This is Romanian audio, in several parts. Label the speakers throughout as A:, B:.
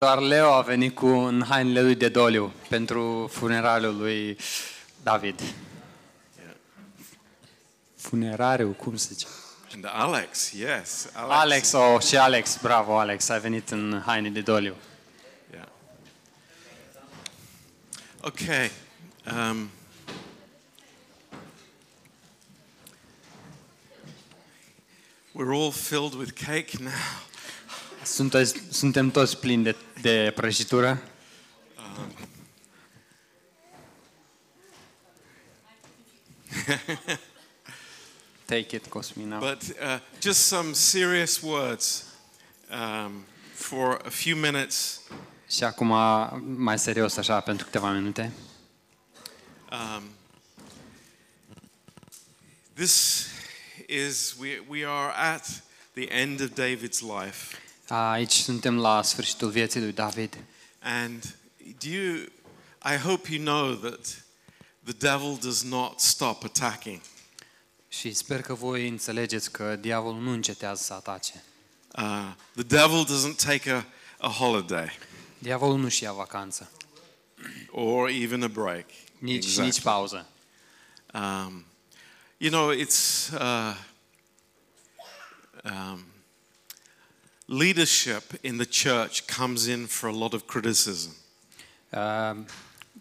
A: Doar Leo a venit cu în hainele lui de doliu pentru funeralul lui David. Funerariu, cum se zice?
B: And Alex, yes, Alex.
A: Alex, oh, și Alex, bravo Alex, ai venit în haine de doliu.
B: Yeah. Okay. Um, we're all filled with cake now.
A: Sunteți, suntem toți plini de, de prăjitură. Take it, Cosmina.
B: But uh, just some serious words um, for a few minutes.
A: Și acum, mai serios așa, pentru câteva minute.
B: Um, this is, we, we are at the end of David's life.
A: Aici suntem la sfârșitul vieții lui David.
B: And do you, I hope you know that the devil does not stop attacking.
A: Și sper că voi înțelegeți că diavolul nu încetează să atace.
B: Uh, the devil doesn't take a, a holiday
A: Diavolul nu și ia vacanță,
B: or even a break.
A: nici,
B: Exact.
A: nici pauză.
B: Um, you know, it's uh, um, leadership in the church comes in for a lot of criticism.
A: Uh,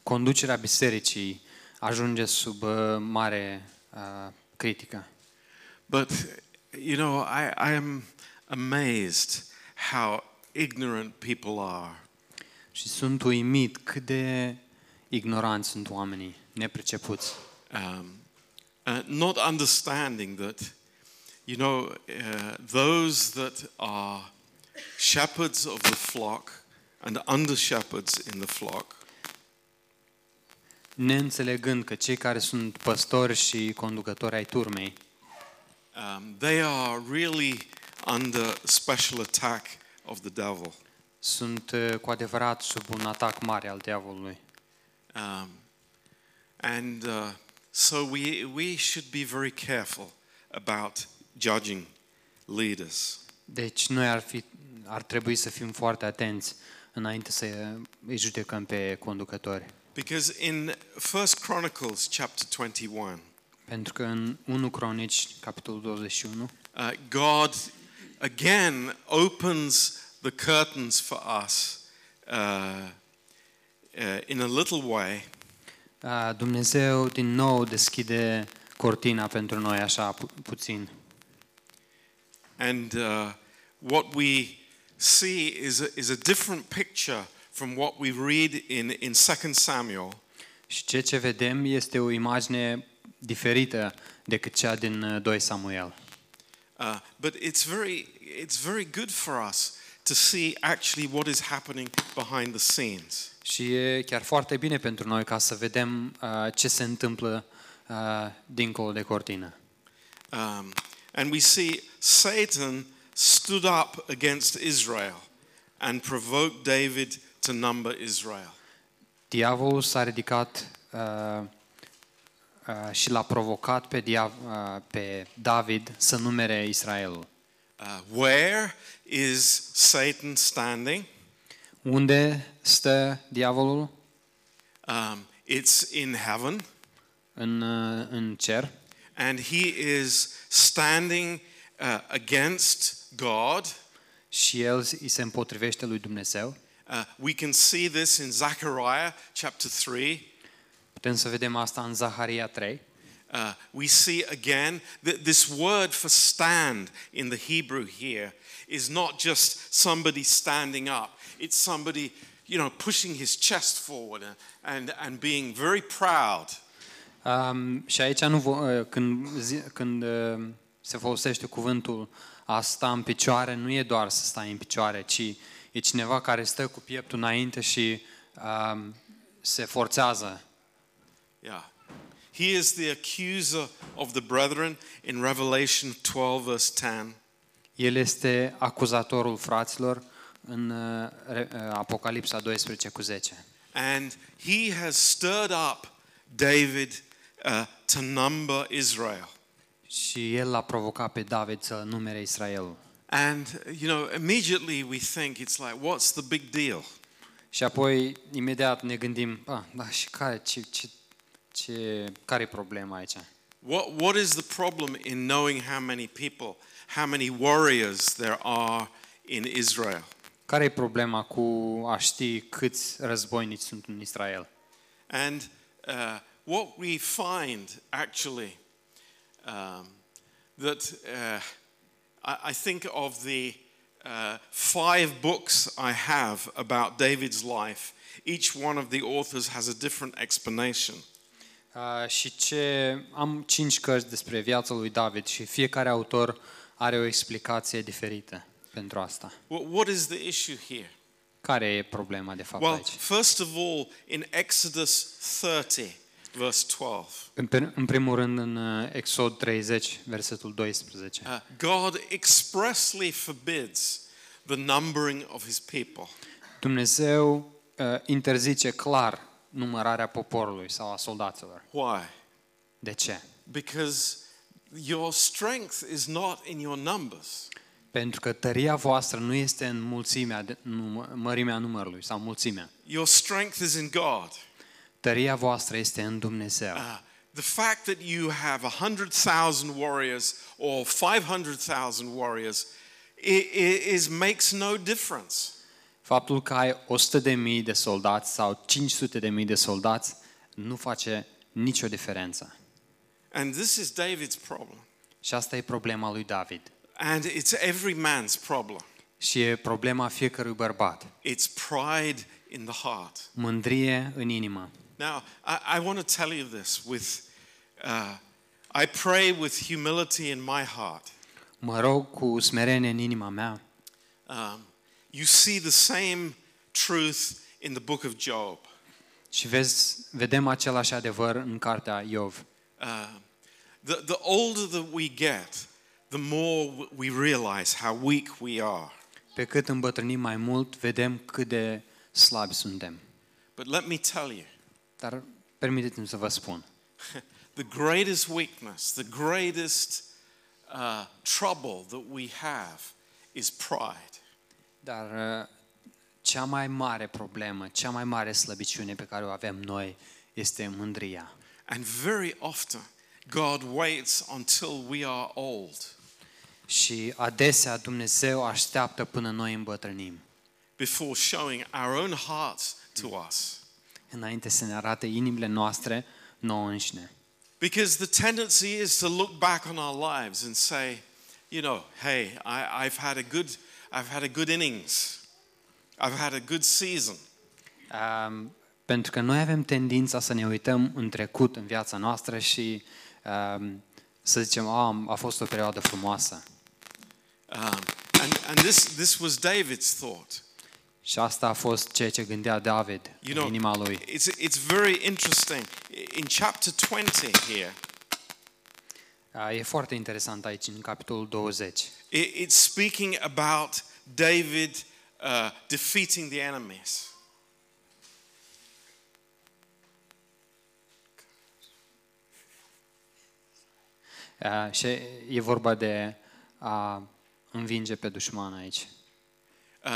A: conducerea bisericii ajunge sub uh, mare uh, critică.
B: But, you know, I, I am amazed how ignorant people are.
A: Și sunt uimit cât de ignoranți sunt oamenii, nepricepuți.
B: um, uh, not understanding that, you know, uh, those that are shepherds of the flock and under shepherds in the flock
A: Neînțelegând că cei care sunt păstori și conducători ai turmei
B: um, they are really under special attack of the devil.
A: sunt uh, cu adevărat sub un atac mare al diavolului.
B: Um, and uh, so we, we should be very careful about judging leaders.
A: Deci noi ar, fi, ar trebui să fim foarte atenți înainte să uh, îi judecăm pe conducători.
B: Because in First Chronicles chapter 21,
A: Pentru că în 1 Cronici, capitolul 21,
B: uh, God again opens the curtains for us uh, uh, in a little way
A: a, Dumnezeu din nou deschide cortina pentru noi așa pu- puțin.
B: And uh, what we see is a, is a different picture from what we read in, in 2 Samuel.
A: Și ceea ce vedem este o imagine diferită decât cea din uh, 2 Samuel.
B: Uh, but it's very, it's very good for us to see actually what is happening behind the scenes.
A: Și e chiar foarte bine pentru noi ca să vedem uh, ce se întâmplă uh, dincolo de cortină.
B: Um, and we see Satan stood up against Israel and provoked David to number Israel.
A: Diavolul s-a ridicat uh, uh, și l-a provocat pe, dia- uh, pe David să numere Israelul.
B: Uh, where is Satan standing?
A: Unde stă diavolul?
B: Um, it's in heaven.
A: În, uh, în cer.
B: and he is standing uh, against God.
A: Și el îi se împotrivește lui Dumnezeu.
B: Uh, we can see this in Zechariah chapter 3.
A: Putem să vedem asta în Zaharia 3.
B: Uh, we see again that this word for stand in the Hebrew here is not just somebody standing up, it's somebody, you know, pushing his chest forward and, and being very proud.
A: Um, și aici nu vo- uh, când, zi- când uh, se folosește cuvântul a sta în picioare, nu e doar să stai în picioare, ci e cineva care stă cu pieptul înainte și um, se forțează.
B: Yeah. He is the accuser of the brethren in Revelation 12, verse 10.
A: El este acuzatorul fraților în uh, Re- uh, Apocalipsa 12 cu 10.
B: And he has stirred up David uh, to number Israel.
A: Și el l-a provocat pe David să numere Israelul.
B: And, you know, immediately we think it's like, what's the big deal?
A: Și apoi, imediat ne gândim, a, da, și care, ce, ce, ce, care e problema aici?
B: What, what is the problem in knowing how many people, how many warriors there are in Israel?
A: Care e problema cu a ști câți războinici sunt în Israel?
B: And uh, what we find actually, um, that uh, I, I think of the uh, five books I have about David's life, each one of the authors has a different explanation.
A: Uh, și ce am cinci cărți despre viața lui David și fiecare autor are o explicație diferită pentru asta.
B: What, what is the issue here?
A: Care e problema de fapt
B: Well,
A: aici?
B: first of all, in Exodus 30, verse 12,
A: În, pe- în primul rând în uh, Exod 30, versetul 12.
B: uh, God expressly forbids the numbering of his people.
A: Dumnezeu uh, interzice clar numărarea poporului sau a soldaților.
B: Why?
A: De ce?
B: Because your strength is not in your numbers.
A: Pentru că tăria voastră nu este în mulțimea, de, num, mărimea numărului sau mulțimea.
B: Your strength is in God.
A: Tăria voastră este în Dumnezeu.
B: Uh, the fact that you have 100,000 warriors or 500,000 warriors i- i- is, makes no difference.
A: Faptul că ai 100 de mii de soldați sau 500 de mii de soldați nu face nicio diferență.
B: And this is David's problem.
A: Și asta e problema lui David.
B: And it's every man's problem.
A: Și e problema fiecărui bărbat.
B: It's pride in the heart.
A: Mândrie în inimă.
B: Now, I, I want to tell you this with, uh, I pray with humility in my heart.
A: Mă rog cu smerenie în inima mea.
B: Um, you see the same truth in the book of Job.
A: Și vezi, vedem același adevăr în cartea Iov.
B: Uh, the, the older that we get, the more w- we realize how weak we are.
A: Pe cât îmbătrânim mai mult, vedem cât de slabi suntem.
B: But let me tell you
A: Dar permiteți-mi să vă spun.
B: the greatest weakness, the greatest uh, trouble that we have is pride.
A: Dar uh, cea mai mare problemă, cea mai mare slăbiciune pe care o avem noi este mândria.
B: And very often, God waits until we are old
A: Și adesea Dumnezeu așteaptă până noi îmbătrânim,
B: before showing our own hearts to us.
A: înainte să ne arate inimile noastre nouă înșine.
B: Because the tendency is to look back on our lives and say, you know, hey, I, I've had a good, I've had a good innings, I've had a good season,
A: Um, pentru că noi avem tendința să ne uităm în trecut, în viața noastră și um, să zicem, a, am- a fost o perioadă frumoasă.
B: um, and, and this this was David's thought.
A: Și asta a fost ceea ce gândea David
B: You
A: în
B: know,
A: inima lui.
B: it's it's very interesting. In chapter 20 here,
A: Uh, E foarte interesant aici, în capitolul 20.
B: it, it's speaking about David uh, defeating the enemies.
A: Uh, Și e vorba de a învinge pe dușman aici.
B: uh,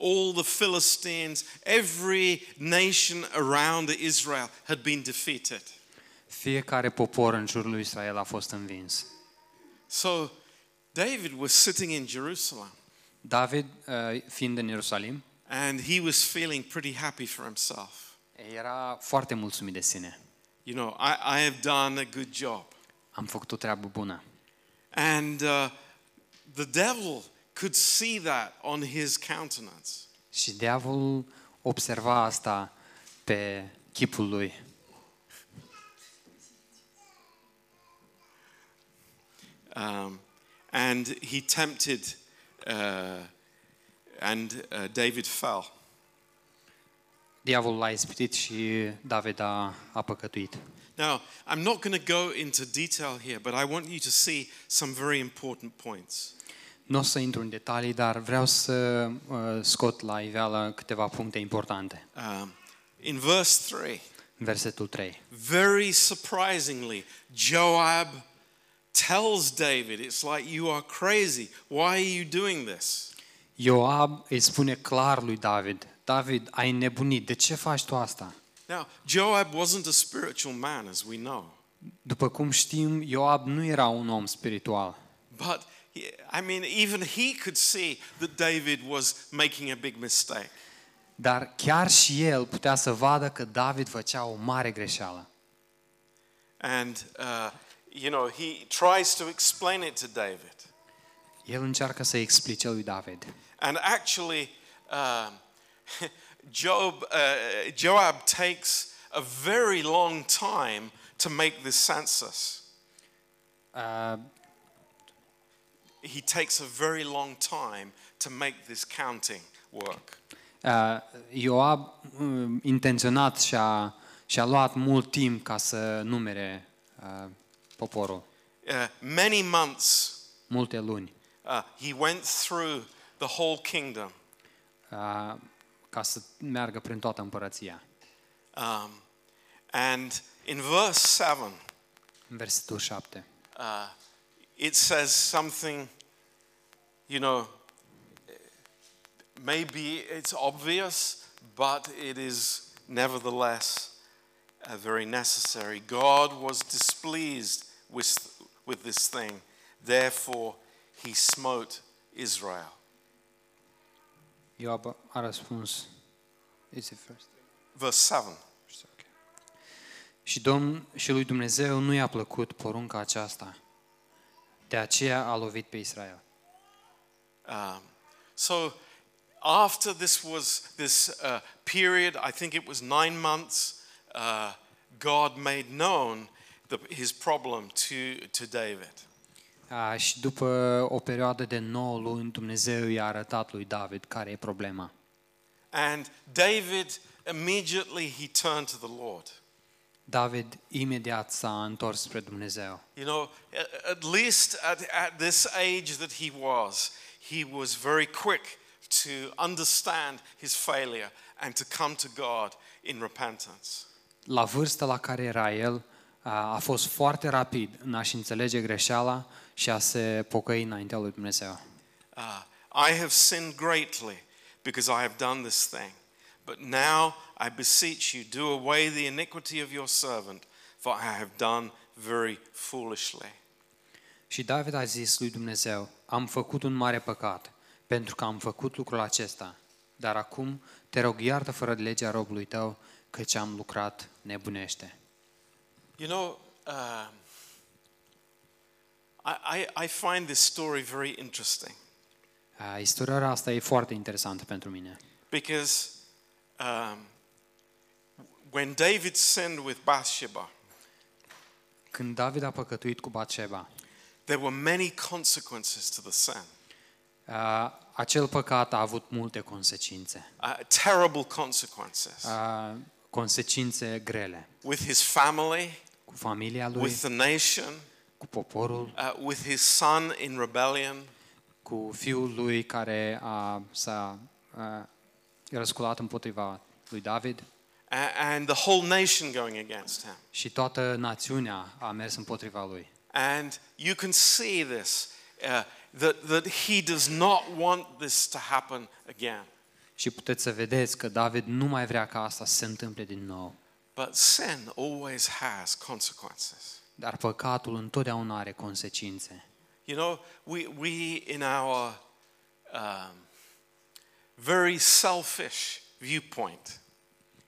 B: all the Philistines, every nation around Israel had been defeated.
A: Fiecare popor în jurul lui Israel a fost învins.
B: So David was sitting in Jerusalem
A: David, uh, fiind în Ierusalim,
B: and he was feeling pretty happy for himself.
A: era foarte mulțumit de sine.
B: You know, I, I have done a good job.
A: Am făcut o treabă bună.
B: And uh, the devil could see that on his countenance.
A: Și diavolul observa asta pe chipul lui.
B: Um, and he tempted, uh, and uh, David fell.
A: Diavolul l-a ispitit și David a, a păcătuit.
B: Now, I'm not going to go into detail here, but I want you to see some very important points.
A: Nu o să intru în detalii, dar vreau să uh, scot la iveală câteva puncte importante.
B: Um, in verse 3,
A: Versetul 3.
B: very surprisingly, Joab tells David, it's like, you are crazy. Why are you doing this?
A: Ioab îi spune clar lui David, David, ai nebunit, de ce faci tu asta?
B: Now, Joab wasn't a spiritual man, as we know,
A: După cum știm, Ioab nu era un om spiritual,
B: but he- I mean, even he could see that David was making a big mistake.
A: dar chiar și el putea să vadă că David făcea o mare greșeală.
B: And, uh, you know, he tries to explain it to David.
A: El încearcă să explice lui David.
B: And actually, um, Job, uh, Joab takes a very long time to make this census.
A: Uh,
B: He takes a very long time to make this counting work.
A: uh, Ioab uh, intenționat și-a, și-a luat mult timp ca să numere uh, poporul,
B: Uh, many months
A: multe luni,
B: uh, he went through the whole kingdom.
A: uh, ca să meargă prin toată împărăția.
B: Um, and in verse 7,
A: În versetul 7.
B: uh, it says something, you know, maybe it's obvious, but it is nevertheless uh, very necessary. God was displeased with, with this thing, therefore, he smote Israel.
A: Ioab a răspuns. Is it first?
B: Verse 7.
A: It's okay. Și, Domn, și lui Dumnezeu nu i-a plăcut porunca aceasta. De aceea a lovit pe Israel.
B: Um, so after this was this uh, period, I think it was nine months, uh, God made known the, his problem to, to David.
A: A, și după o perioadă de 9 luni, Dumnezeu i-a arătat lui David care e problema.
B: And David immediately he turned to the Lord.
A: David imediat s-a întors spre Dumnezeu.
B: You know, a- at least at, at this age that he was, he was very quick to understand his failure and to come to God in repentance.
A: La vârsta la care era el, a, a fost foarte rapid în a-și înțelege greșeala și a se pocăi înaintea lui Dumnezeu.
B: Uh, I have sinned greatly because I have done this thing. But now I beseech you, do away the iniquity of your servant, for I have done very foolishly.
A: Și David a zis lui Dumnezeu, am făcut un mare păcat, pentru că am făcut lucrul acesta. Dar acum te rog iartă fără de legea robului tău, căci am lucrat nebunește.
B: You know, um, I, I, I find this story very interesting
A: A, istoria asta e foarte interesantă pentru mine.
B: because um, when David sinned with Bathsheba,
A: Când David a păcătuit cu Batsheba,
B: there were many consequences to the sin,
A: a, acel păcat a avut multe consecințe,
B: uh, terrible consequences
A: a, consecințe grele
B: with his family,
A: cu familia lui,
B: with the nation.
A: cu poporul,
B: uh, with his son in rebellion,
A: cu fiul lui care a, s-a a, răsculat împotriva lui David.
B: a- and the whole nation going against him.
A: Și toată națiunea a mers împotriva lui.
B: And you can see this uh, that, that he does not want this to happen again.
A: Și puteți să vedeți că David nu mai vrea ca asta să se întâmple din nou.
B: But sin always has consequences.
A: Dar păcatul întotdeauna are consecințe.
B: You know, we, we in our um, very selfish viewpoint,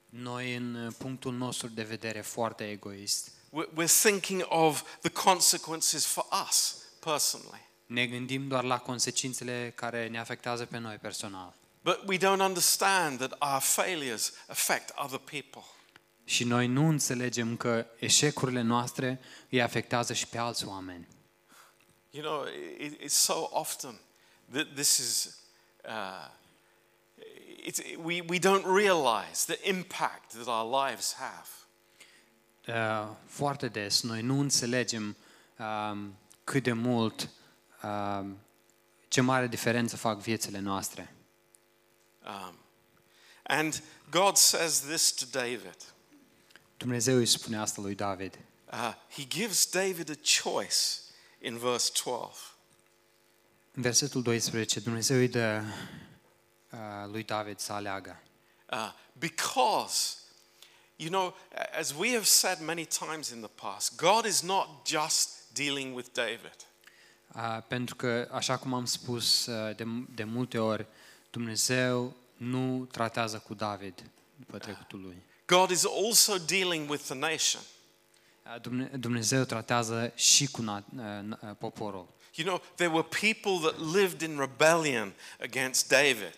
A: Noi, în punctul nostru de vedere foarte egoist,
B: we're, we're thinking of the consequences for us personally.
A: ne gândim doar la consecințele care ne afectează pe noi personal.
B: But we don't understand that our failures affect other people.
A: Și noi nu înțelegem că eșecurile noastre îi afectează și pe alți oameni.
B: You know, it, it's so often that this is, uh, it's, we, we don't realize the impact that our lives have.
A: Uh, foarte des noi nu înțelegem uh, cât de mult uh, ce mare diferență fac viețile noastre.
B: Um, and God says this to David.
A: Dumnezeu îi spune asta lui David.
B: Uh, he gives David a choice in verse 12.
A: În versetul 12, Dumnezeu îi dă uh, lui David să aleagă.
B: Uh, because, you know, as we have said many times in the past, God is not just dealing with David.
A: Uh, Pentru că, așa cum am spus uh, de, de multe ori, Dumnezeu nu tratează cu David după trecutul lui.
B: God is also dealing with the nation.
A: Uh, Dumne- Dumnezeu tratează și cu na- uh, na- uh, poporul.
B: You know, there were people that lived in rebellion against David,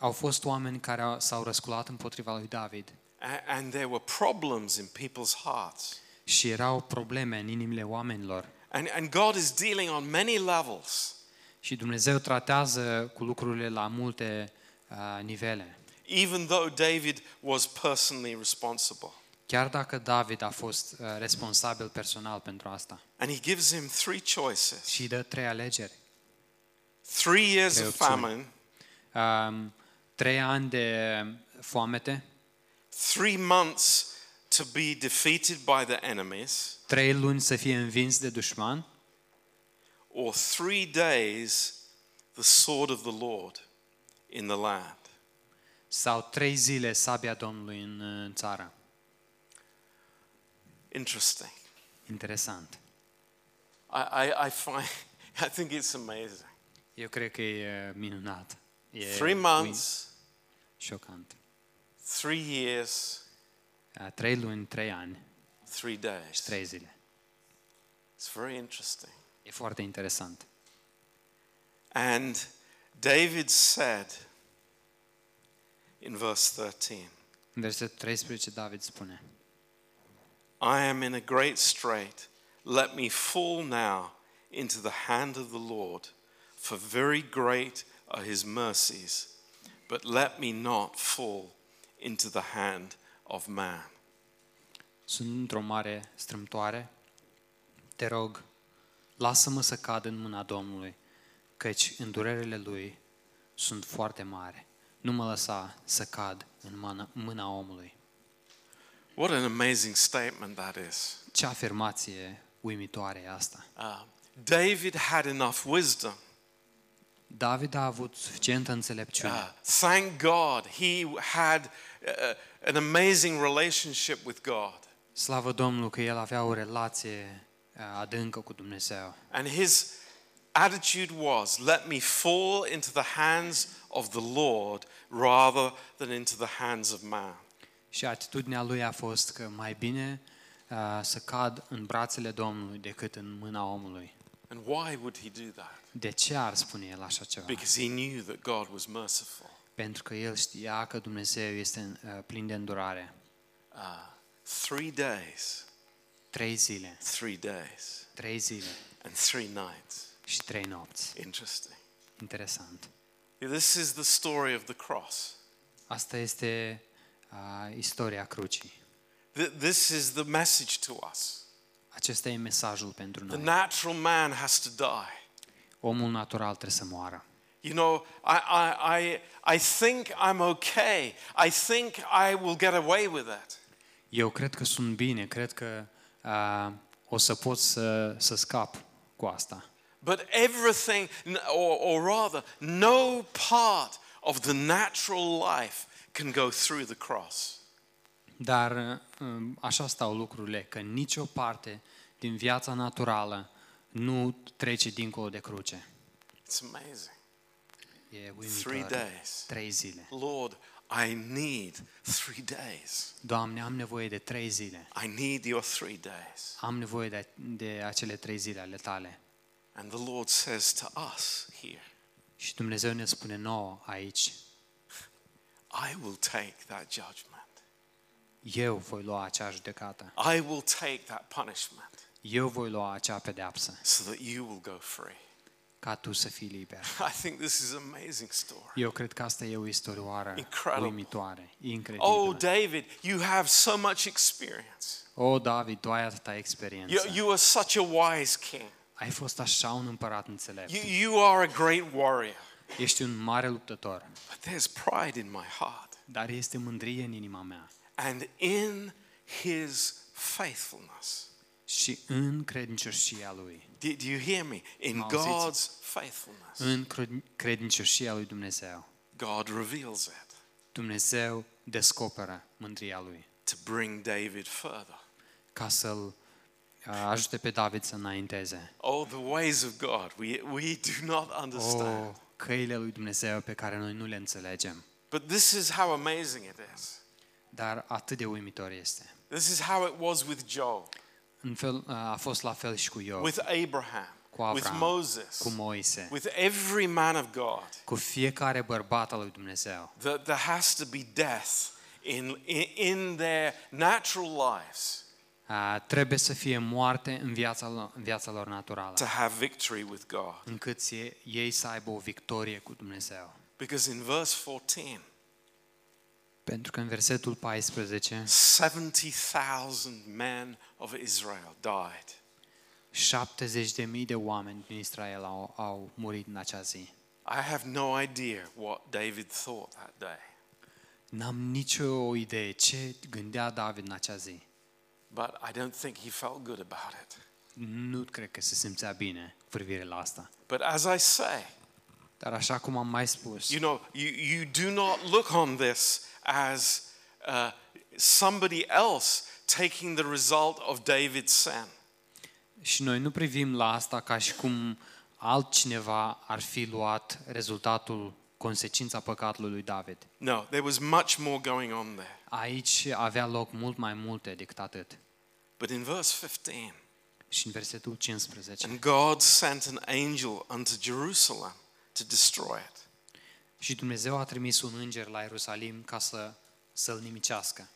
A: Au fost oameni care au- s-au răsculat împotriva lui David
B: a- and there were problems in people's hearts.
A: și erau probleme în inimile oamenilor.
B: And, and God is dealing on many levels.
A: Și Dumnezeu tratează cu lucrurile la multe uh, nivele.
B: even though David was personally responsible.
A: Chiar dacă David a fost uh, responsabil personal pentru asta
B: And he gives him three choices
A: și îi dă trei alegeri.
B: three years of
A: Three options.
B: famine,
A: Um, trei ani de foamete,
B: three months to be defeated by the enemies,
A: trei luni să fie învins de dușman
B: or three days the sword of the Lord in the land.
A: sau trei zile sabia Domnului în, uh, în țară.
B: Interesting.
A: Interesant.
B: I, I, I find, I think it's amazing.
A: Eu cred că e uh, minunat. E
B: Three months,
A: Șocant.
B: three years,
A: Uh, Trei luni, trei ani,
B: three days.
A: trei zile.
B: It's very interesting.
A: E foarte interesant.
B: And David said in verse 13,
A: În versetul 13 David spune,
B: I am in a great strait. Let me fall now into the hand of the Lord, for very great are his mercies. But let me not fall into the hand of man.
A: Sunt într-o mare strâmtoare. Te rog, lasă-mă să cad în mâna Domnului, căci îndurerele Lui sunt foarte mari. Nu mă lăsa să cad în mâna, mâna omului.
B: What an amazing statement that is.
A: Ce afirmație uimitoare e asta.
B: Uh, David had enough wisdom.
A: David a avut suficientă înțelepciune.
B: Uh, thank God he had uh, an amazing relationship with God.
A: Slavă Domnului că el avea o relație uh, adâncă cu Dumnezeu.
B: And his attitude was, let me fall into the hands of the Lord rather than into the hands of man.
A: Și atitudinea lui a fost că mai bine uh, să cad în brațele Domnului decât în mâna omului.
B: And why would he do that?
A: De ce ar spune el așa ceva?
B: Because he knew that God was merciful.
A: Pentru că el știa că Dumnezeu este uh, plin de îndurare.
B: Uh, three days,
A: Trei zile,
B: three days,
A: trei zile
B: and three nights.
A: și trei nopți.
B: Interesting.
A: Interesant.
B: This is the story of the cross.
A: Asta este uh, istoria crucii.
B: Th- This is the message to us.
A: Acesta e mesajul pentru
B: The
A: noi.
B: natural man has to die.
A: Omul natural trebuie să moară.
B: You know, I, I, I, I think I'm okay. I think I will get away with it.
A: Eu cred că sunt bine, cred că uh, o să pot să, să scap cu asta.
B: But everything, or, or rather, no part of the natural life can go through the cross.
A: Dar uh, așa stau lucrurile, că nicio parte din viața naturală nu trece dincolo de cruce.
B: It's amazing.
A: E
B: Three
A: uimitor.
B: days.
A: Trei zile.
B: Lord, I need three days.
A: Doamne, am nevoie de trei zile.
B: I need your three days.
A: Am nevoie de, de acele trei zile ale tale.
B: And the Lord says to us here,
A: Și Dumnezeu ne spune nouă aici,
B: I will take that judgment,
A: eu voi lua acea judecată,
B: I will take that punishment
A: eu voi lua acea pedeapsă,
B: so that you will go free.
A: ca tu să fii liber.
B: I think this is an amazing story.
A: Eu cred că asta e o istorioară
B: Incredible.
A: uimitoare, incredibilă.
B: Oh,
A: Oh,
B: David, you have so much experience.
A: oh David, tu ai atâta
B: You,
A: experiență.
B: you are such a wise king.
A: Ai fost așa un împărat înțelept.
B: You, you are a great warrior.
A: Ești un mare luptător,
B: But there's pride in my heart.
A: dar este mândrie în inima mea.
B: And in his faithfulness,
A: și în credincioșia lui.
B: Do, do you hear me? In
A: Auziți?
B: God's faithfulness,
A: În cred- credincioșia lui Dumnezeu.
B: God reveals it
A: Dumnezeu descoperă mândria lui
B: to bring David further.
A: ca să-l uh, ajute pe David să înainteze.
B: Oh, the ways of God, we, we do not understand.
A: O, căile lui Dumnezeu pe care noi nu le înțelegem.
B: But this is how amazing it is.
A: Dar atât de uimitor este.
B: This is how it was with Job,
A: În fel, uh, a fost la fel și cu Iov,
B: with Abraham,
A: cu Avram,
B: with Moses,
A: cu Moise,
B: with every man of God.
A: cu fiecare bărbat al lui Dumnezeu.
B: That there has to be death in, in, in their natural lives
A: A, Uh, trebuie să fie moarte în viața, lo- în viața lor naturală,
B: to have victory with God.
A: încât se- ei să aibă o victorie cu Dumnezeu.
B: Because in verse 14,
A: Pentru că în versetul 14,
B: 70,000 men of Israel died.
A: 70.000 de oameni din Israel au, au murit în acea zi.
B: I have no idea what David thought that day,
A: N-am nicio idee ce gândea David în acea zi.
B: but I don't think he felt good about it.
A: Nu cred că se simțea bine cu privire la asta.
B: But as I say,
A: Dar așa cum am mai spus,
B: you know, you, you do not look on this as uh, somebody else taking the result of David's sin.
A: și noi nu privim la asta ca și cum altcineva ar fi luat rezultatul, consecința păcatului lui David.
B: No, there was much more going on there.
A: Aici avea loc mult mai multe decât atât.
B: But in verse 15,
A: Și în versetul 15.
B: and God sent an angel unto Jerusalem to destroy it.
A: Și Dumnezeu a trimis un înger la Ierusalim ca să, să-l nimicească.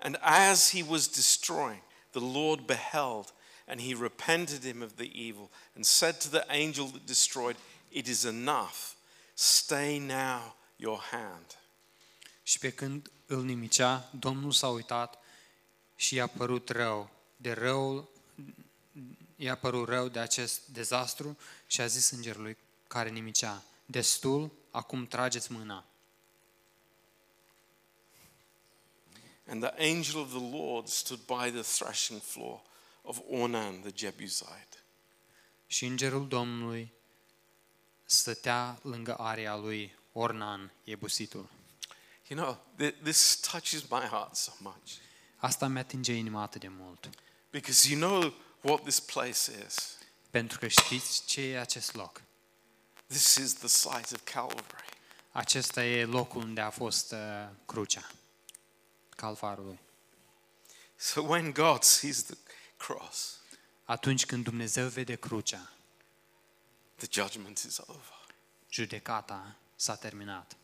B: And as he was destroying, the Lord beheld, and he repented him of the evil, and said to the angel that destroyed, It is enough. Stay now your hand.
A: Și pe când îl nimicea, Domnul s-a uitat și i-a părut rău de răul i-a părut rău de acest dezastru și a zis îngerului care nimicea, destul, acum trageți mâna.
B: And the angel of the Lord stood by the threshing floor of Ornan the Jebusite.
A: Și îngerul Domnului stătea lângă area lui Ornan, ebusitul.
B: You know, th- this touches my heart so much
A: Asta mi atinge inima atât de mult,
B: because you know what this place is.
A: pentru că știți ce e acest loc.
B: This is the site of Calvary.
A: Acesta e locul unde a fost uh, crucea calvarului.
B: So when God sees the cross,
A: Atunci când Dumnezeu vede crucea,
B: the judgment is over.
A: judecata s-a terminat.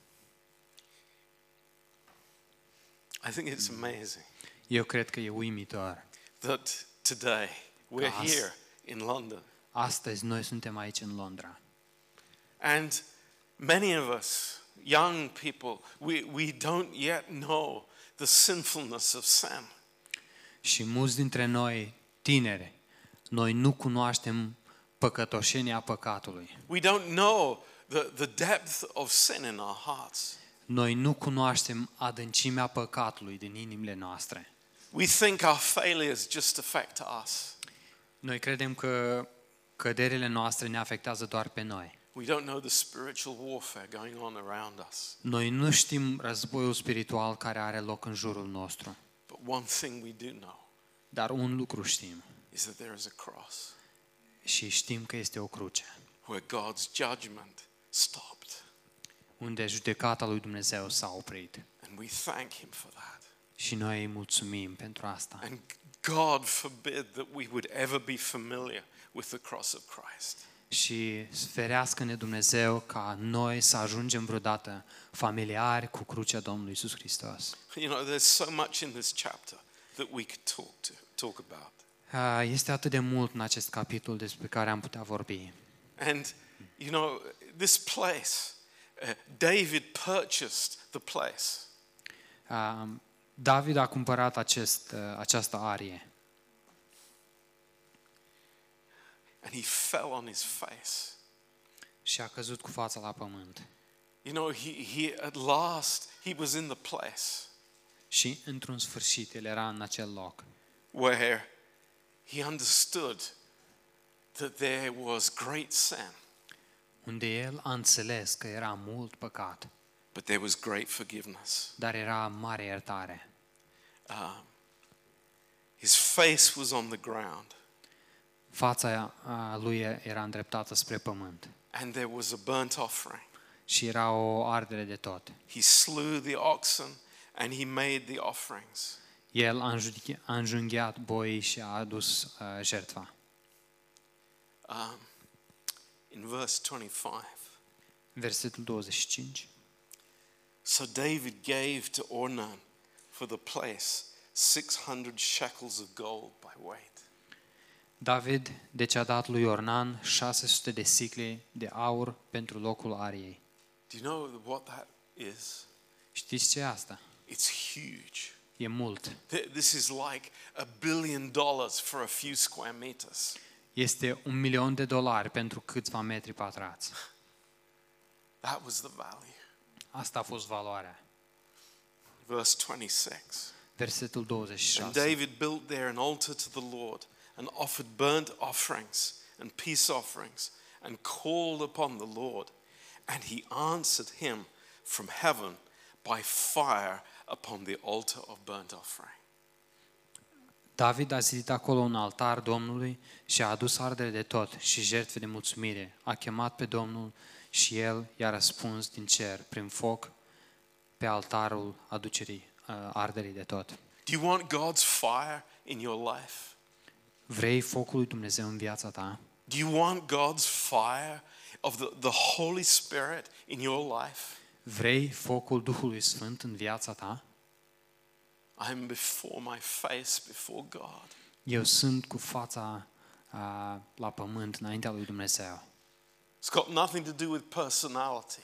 B: I think it's amazing
A: Eu cred că e uimitor.
B: that today we're
A: Us.
B: here in London
A: Astăzi noi suntem aici în Londra
B: and many of us, young people, we, we don't yet know the sinfulness of sin.
A: și mulți dintre noi, tineri, noi nu cunoaștem păcătoșenia păcatului.
B: We don't know the, the depth of sin in our hearts.
A: Noi nu cunoaștem adâncimea păcatului din inimile noastre.
B: We think our failures just affect us.
A: Noi credem că căderile noastre ne afectează doar pe noi.
B: We don't know the spiritual warfare going on around us.
A: Noi nu știm războiul spiritual care are loc în jurul nostru,
B: But one thing we do know
A: dar un lucru știm
B: is that there is a cross
A: și știm că este o cruce,
B: where God's judgment stopped.
A: unde judecata lui Dumnezeu s-a oprit.
B: And we thank Him for that.
A: Și noi îi mulțumim pentru asta.
B: And God forbid that we would ever be familiar with the cross of Christ.
A: Și ferească-ne Dumnezeu ca noi să ajungem vreodată familiari cu crucea Domnului Isus Hristos.
B: You know, there's so much in this chapter that we could talk to talk about.
A: Ah, Este atât de mult în acest capitol despre care am putea vorbi.
B: And you know, this place, uh, David purchased the place.
A: Ah, David a cumpărat acest, ah, această arie
B: And he fell on his face.
A: și a căzut cu fața la pământ.
B: You know, he, he at last he was in the place
A: Și într-un sfârșit el era în acel loc
B: where he understood that there was great sin,
A: unde el a înțeles că era mult păcat,
B: but there was great forgiveness.
A: dar era mare iertare.
B: Um, His face was on the ground,
A: Fața a, lui era îndreptată spre pământ
B: and there was a burnt offering.
A: și era o ardere de tot.
B: He slew the oxen, and he made the offerings.
A: El a înjunghi- a înjunghiat boii și a adus uh, jertfa.
B: Um, in verse 25,
A: Versetul 25.
B: so David gave to Ornan for the place 600 shekels of gold by weight.
A: David deci a dat lui Ornan 600 de sicle de aur pentru locul ariei.
B: Do you know what that is?
A: Știți ce e asta?
B: It's huge.
A: E mult.
B: Th- This is like a billion dollars for a few square meters.
A: Este un milion de dolari pentru câțiva metri pătrați.
B: That was the value.
A: Asta a fost valoarea.
B: Verse 26.
A: Versetul
B: And
A: 26.
B: David built there an altar to the Lord and offered burnt offerings and peace offerings and called upon the Lord. And he answered him from heaven by fire upon the altar of burnt offering.
A: David a zidit acolo un altar Domnului și a adus ardere de tot și jertfe de mulțumire. A chemat pe Domnul și el i-a răspuns din cer prin foc pe altarul aducerii uh, arderii de tot.
B: Do you want God's fire in your life?
A: Vrei focul lui Dumnezeu în viața ta?
B: Do you want God's fire of the, the Holy Spirit in your life?
A: Vrei focul Duhului Sfânt în viața ta?
B: I am before my face, before God.
A: Eu sunt cu fața a, la pământ înaintea lui Dumnezeu.
B: It's got nothing to do with personality.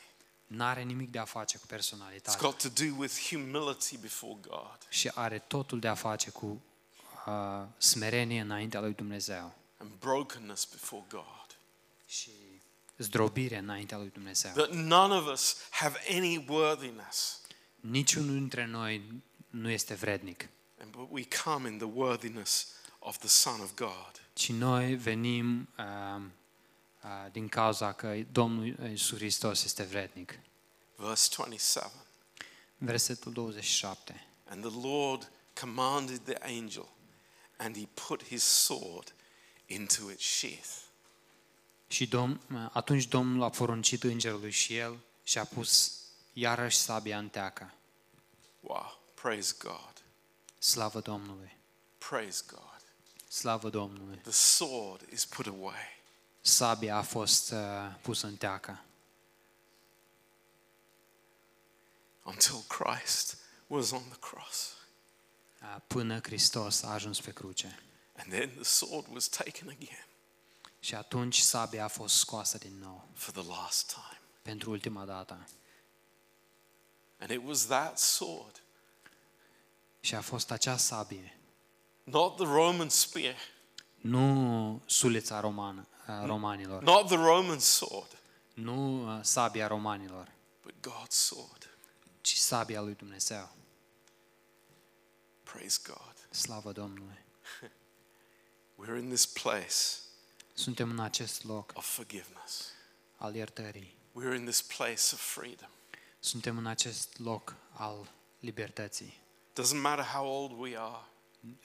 A: N-are nimic de a face cu
B: It's
A: personalitatea
B: got to do with humility before God.
A: și are totul de a face cu a, smerenie înaintea lui Dumnezeu
B: and brokenness before God.
A: și zdrobire înaintea lui Dumnezeu.
B: That none of us have any worthiness,
A: Niciunul dintre noi nu este vrednic,
B: and but we come in the worthiness of the Son of God.
A: ci noi venim a, a, din cauza că Domnul Iisus Hristos este vrednic.
B: Verse 27
A: Versetul 27.
B: And the Lord commanded the angel, and he put his sword into its sheath.
A: Și dom- atunci Domnul a poruncit îngerului și el și a pus iarăși sabia în teacă.
B: Wow, praise God,
A: Slavă Domnului!
B: praise God.
A: Slavă Domnului!
B: The sword is put away.
A: Sabia a fost uh, pusă în teacă
B: Until Christ was on the cross,
A: uh, până Hristos a ajuns pe cruce.
B: and then the sword was taken again
A: Și atunci sabia a fost scoasă din nou,
B: for the last time.
A: pentru ultima dată.
B: And it was that sword
A: Și a fost acea sabie,
B: Not the Roman spear,
A: nu sulița romană, a romanilor,
B: not the Roman sword,
A: nu uh, sabia romanilor,
B: but God's sword.
A: ci sabia lui Dumnezeu.
B: Praise God.
A: Slavă Domnului!
B: We're in this place
A: Suntem în acest loc
B: of forgiveness.
A: al iertării.
B: We're in this place of freedom.
A: Suntem în acest loc al libertății.
B: Doesn't matter how old we are.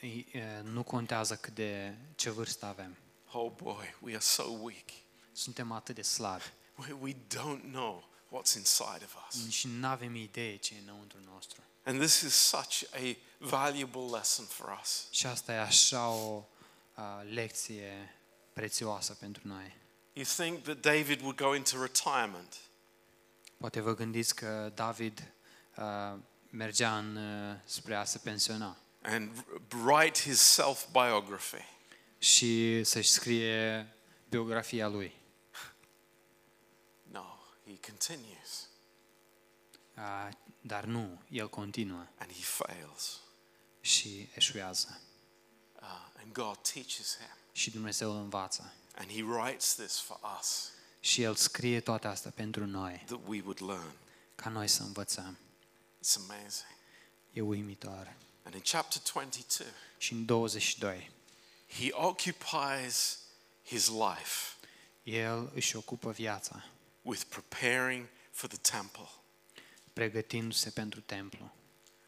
A: Ei, e, Nu contează cât de ce vârstă avem.
B: Oh boy, we are so weak.
A: Suntem atât de slabi
B: We- We don't know what's inside of us.
A: și nu avem idee ce e înăuntru nostru.
B: And this is such a valuable lesson for us.
A: Și asta e așa o a, lecție prețioasă pentru noi.
B: You think that David would go into retirement,
A: Poate vă gândiți că David a, mergea în, a, spre a se pensiona
B: and write his self biography.
A: și să-și scrie biografia lui.
B: No, he continues
A: A, Dar nu, el continuă
B: and he fails.
A: și eșuează.
B: Uh, and God teaches him.
A: Și Dumnezeu îl învață.
B: And he writes this for us
A: Și El scrie toate astea pentru noi,
B: that we would learn.
A: ca noi să învățăm.
B: It's amazing.
A: E uimitor.
B: And in chapter 22,
A: și în 22.
B: he occupies his life
A: El își ocupă viața
B: with preparing for the temple,
A: pregătindu-se pentru templu,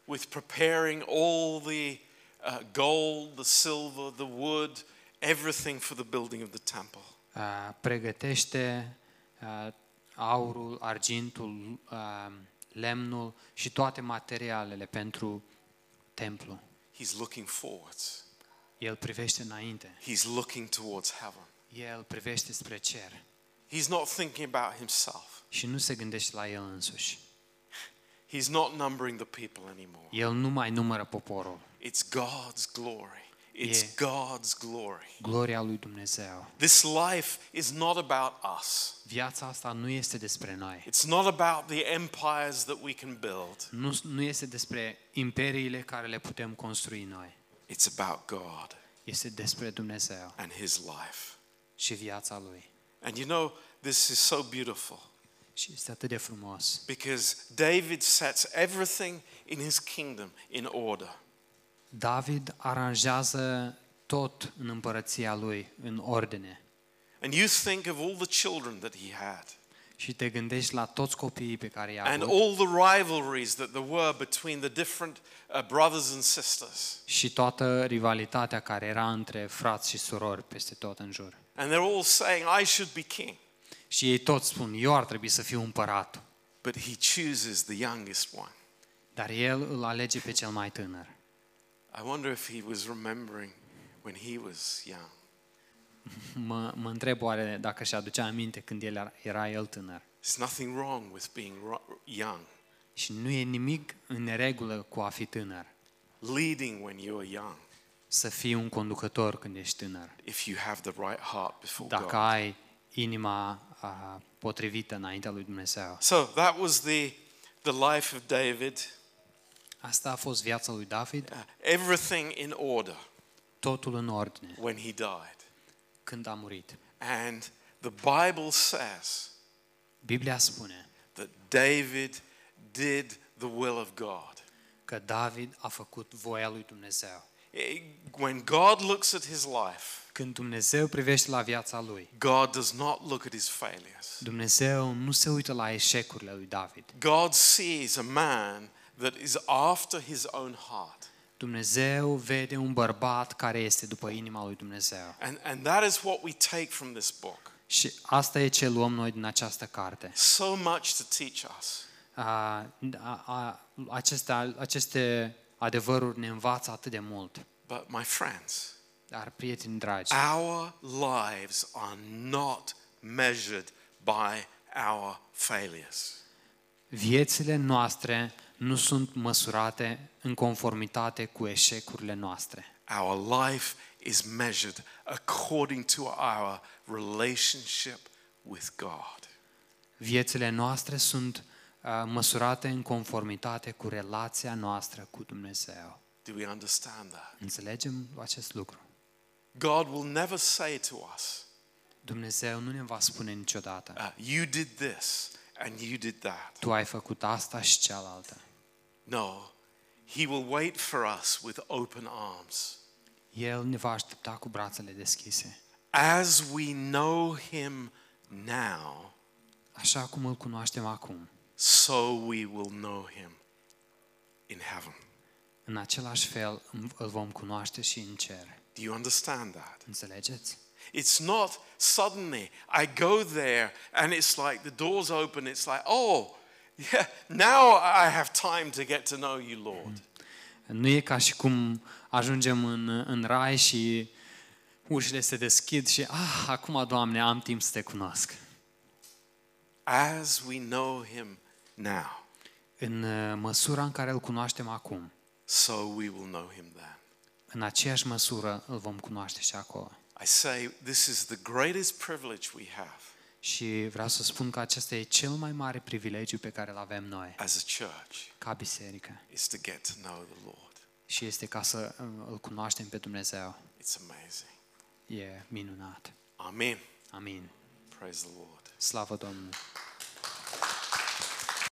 B: with preparing all the uh, gold, the silver, the wood, everything for the building of the temple.
A: Uh, pregătește uh, aurul, argintul, uh, lemnul și toate materialele pentru templu.
B: He's looking forwards,
A: El privește înainte,
B: he's looking towards heaven.
A: el privește spre cer
B: He's not thinking about himself,
A: și nu se gândește la el însuși.
B: he's not numbering the people anymore.
A: El nu mai numără poporul,
B: It's God's glory. It's
A: Yeah.
B: God's glory.
A: gloria lui Dumnezeu.
B: This life is not about us.
A: Viața asta nu este despre noi.
B: It's not about the empires that we can build.
A: Nu, nu este despre imperiile care le putem construi noi.
B: It's about God
A: Este despre Dumnezeu
B: and His life.
A: și viața Lui.
B: And you know, this is so beautiful
A: Și este atât de frumos.
B: because David sets everything in his kingdom in order.
A: David aranjează tot în împărăția lui, în ordine.
B: And you think of all the children that he had
A: Și te gândești la toți copiii pe care i-a
B: and
A: avut
B: all the rivalries that there were between the different uh, brothers and sisters.
A: și toată rivalitatea care era între frați și surori peste tot în jur.
B: And they're all saying, I should be king.
A: Și ei toți spun, eu ar trebui să fiu împărat.
B: But he chooses the youngest one.
A: Dar el îl alege pe cel mai tânăr.
B: I wonder if he was remembering when he was young.
A: Mă, mă întreb oare dacă și aducea aminte când el era, era el tânăr.
B: There's nothing wrong with being ro- young,
A: Și nu e nimic în neregulă cu a fi tânăr.
B: leading when you are young,
A: Să fii un conducător când ești tânăr.
B: if you have the right heart before
A: Dacă
B: God.
A: ai inima a, potrivită înaintea lui Dumnezeu.
B: So that was the, the life of David,
A: Asta a fost viața lui David,
B: uh, everything in order
A: totul în ordine,
B: when he died.
A: când a murit.
B: And the Bible says
A: Biblia spune
B: that David did the will of God.
A: că David a făcut voia lui Dumnezeu.
B: It- when God looks at his life,
A: Când Dumnezeu privește la viața lui,
B: God does not look at his failures.
A: Dumnezeu nu se uită la eșecurile lui David.
B: God sees a man that is after his own heart.
A: Dumnezeu vede un bărbat care este după inima lui Dumnezeu.
B: And, and that is what we take from this book.
A: Și asta e ce luăm noi din această carte.
B: So much to teach us.
A: A, a, a, aceste, aceste adevăruri ne învață atât de mult.
B: But my friends,
A: Dar, prieteni dragi,
B: our lives are not measured by our failures.
A: viețile noastre nu sunt măsurate în conformitate cu eșecurile noastre.
B: Our life is measured according to our relationship with God.
A: Viețile noastre sunt a, măsurate în conformitate cu relația noastră cu Dumnezeu.
B: Do we understand that?
A: Înțelegem acest lucru.
B: God will never say to us,
A: Dumnezeu nu ne va spune niciodată.
B: uh, You did this and you did that.
A: tu ai făcut asta și cealaltă.
B: No, he will wait for us with open arms.
A: El ne va aștepta cu brațele deschise.
B: As we know him now,
A: Așa cum îl cunoaștem acum,
B: so we will know him in heaven.
A: în același fel îl vom cunoaște și în cer.
B: Do you understand that?
A: Înțelegeți?
B: It's not suddenly I go there and it's like the doors open, it's like, oh, yeah, now I have time to get to know you, Lord.
A: Nu e ca și cum ajungem în, în rai și ușile se deschid și ah, acum, Doamne, am timp să te cunosc.
B: As we know him now,
A: În uh, măsura în care îl cunoaștem acum,
B: so we will know him then.
A: în aceeași măsură îl vom cunoaște și acolo.
B: I say this is the greatest privilege we have
A: Și vreau să spun că acesta e cel mai mare privilegiu pe care îl avem noi,
B: as a church
A: ca biserică.
B: is to get to know the Lord.
A: Și este ca să uh, îl cunoaștem pe Dumnezeu.
B: It's amazing.
A: E minunat.
B: Amen.
A: Amin.
B: Praise the Lord.
A: Slavă Domnului.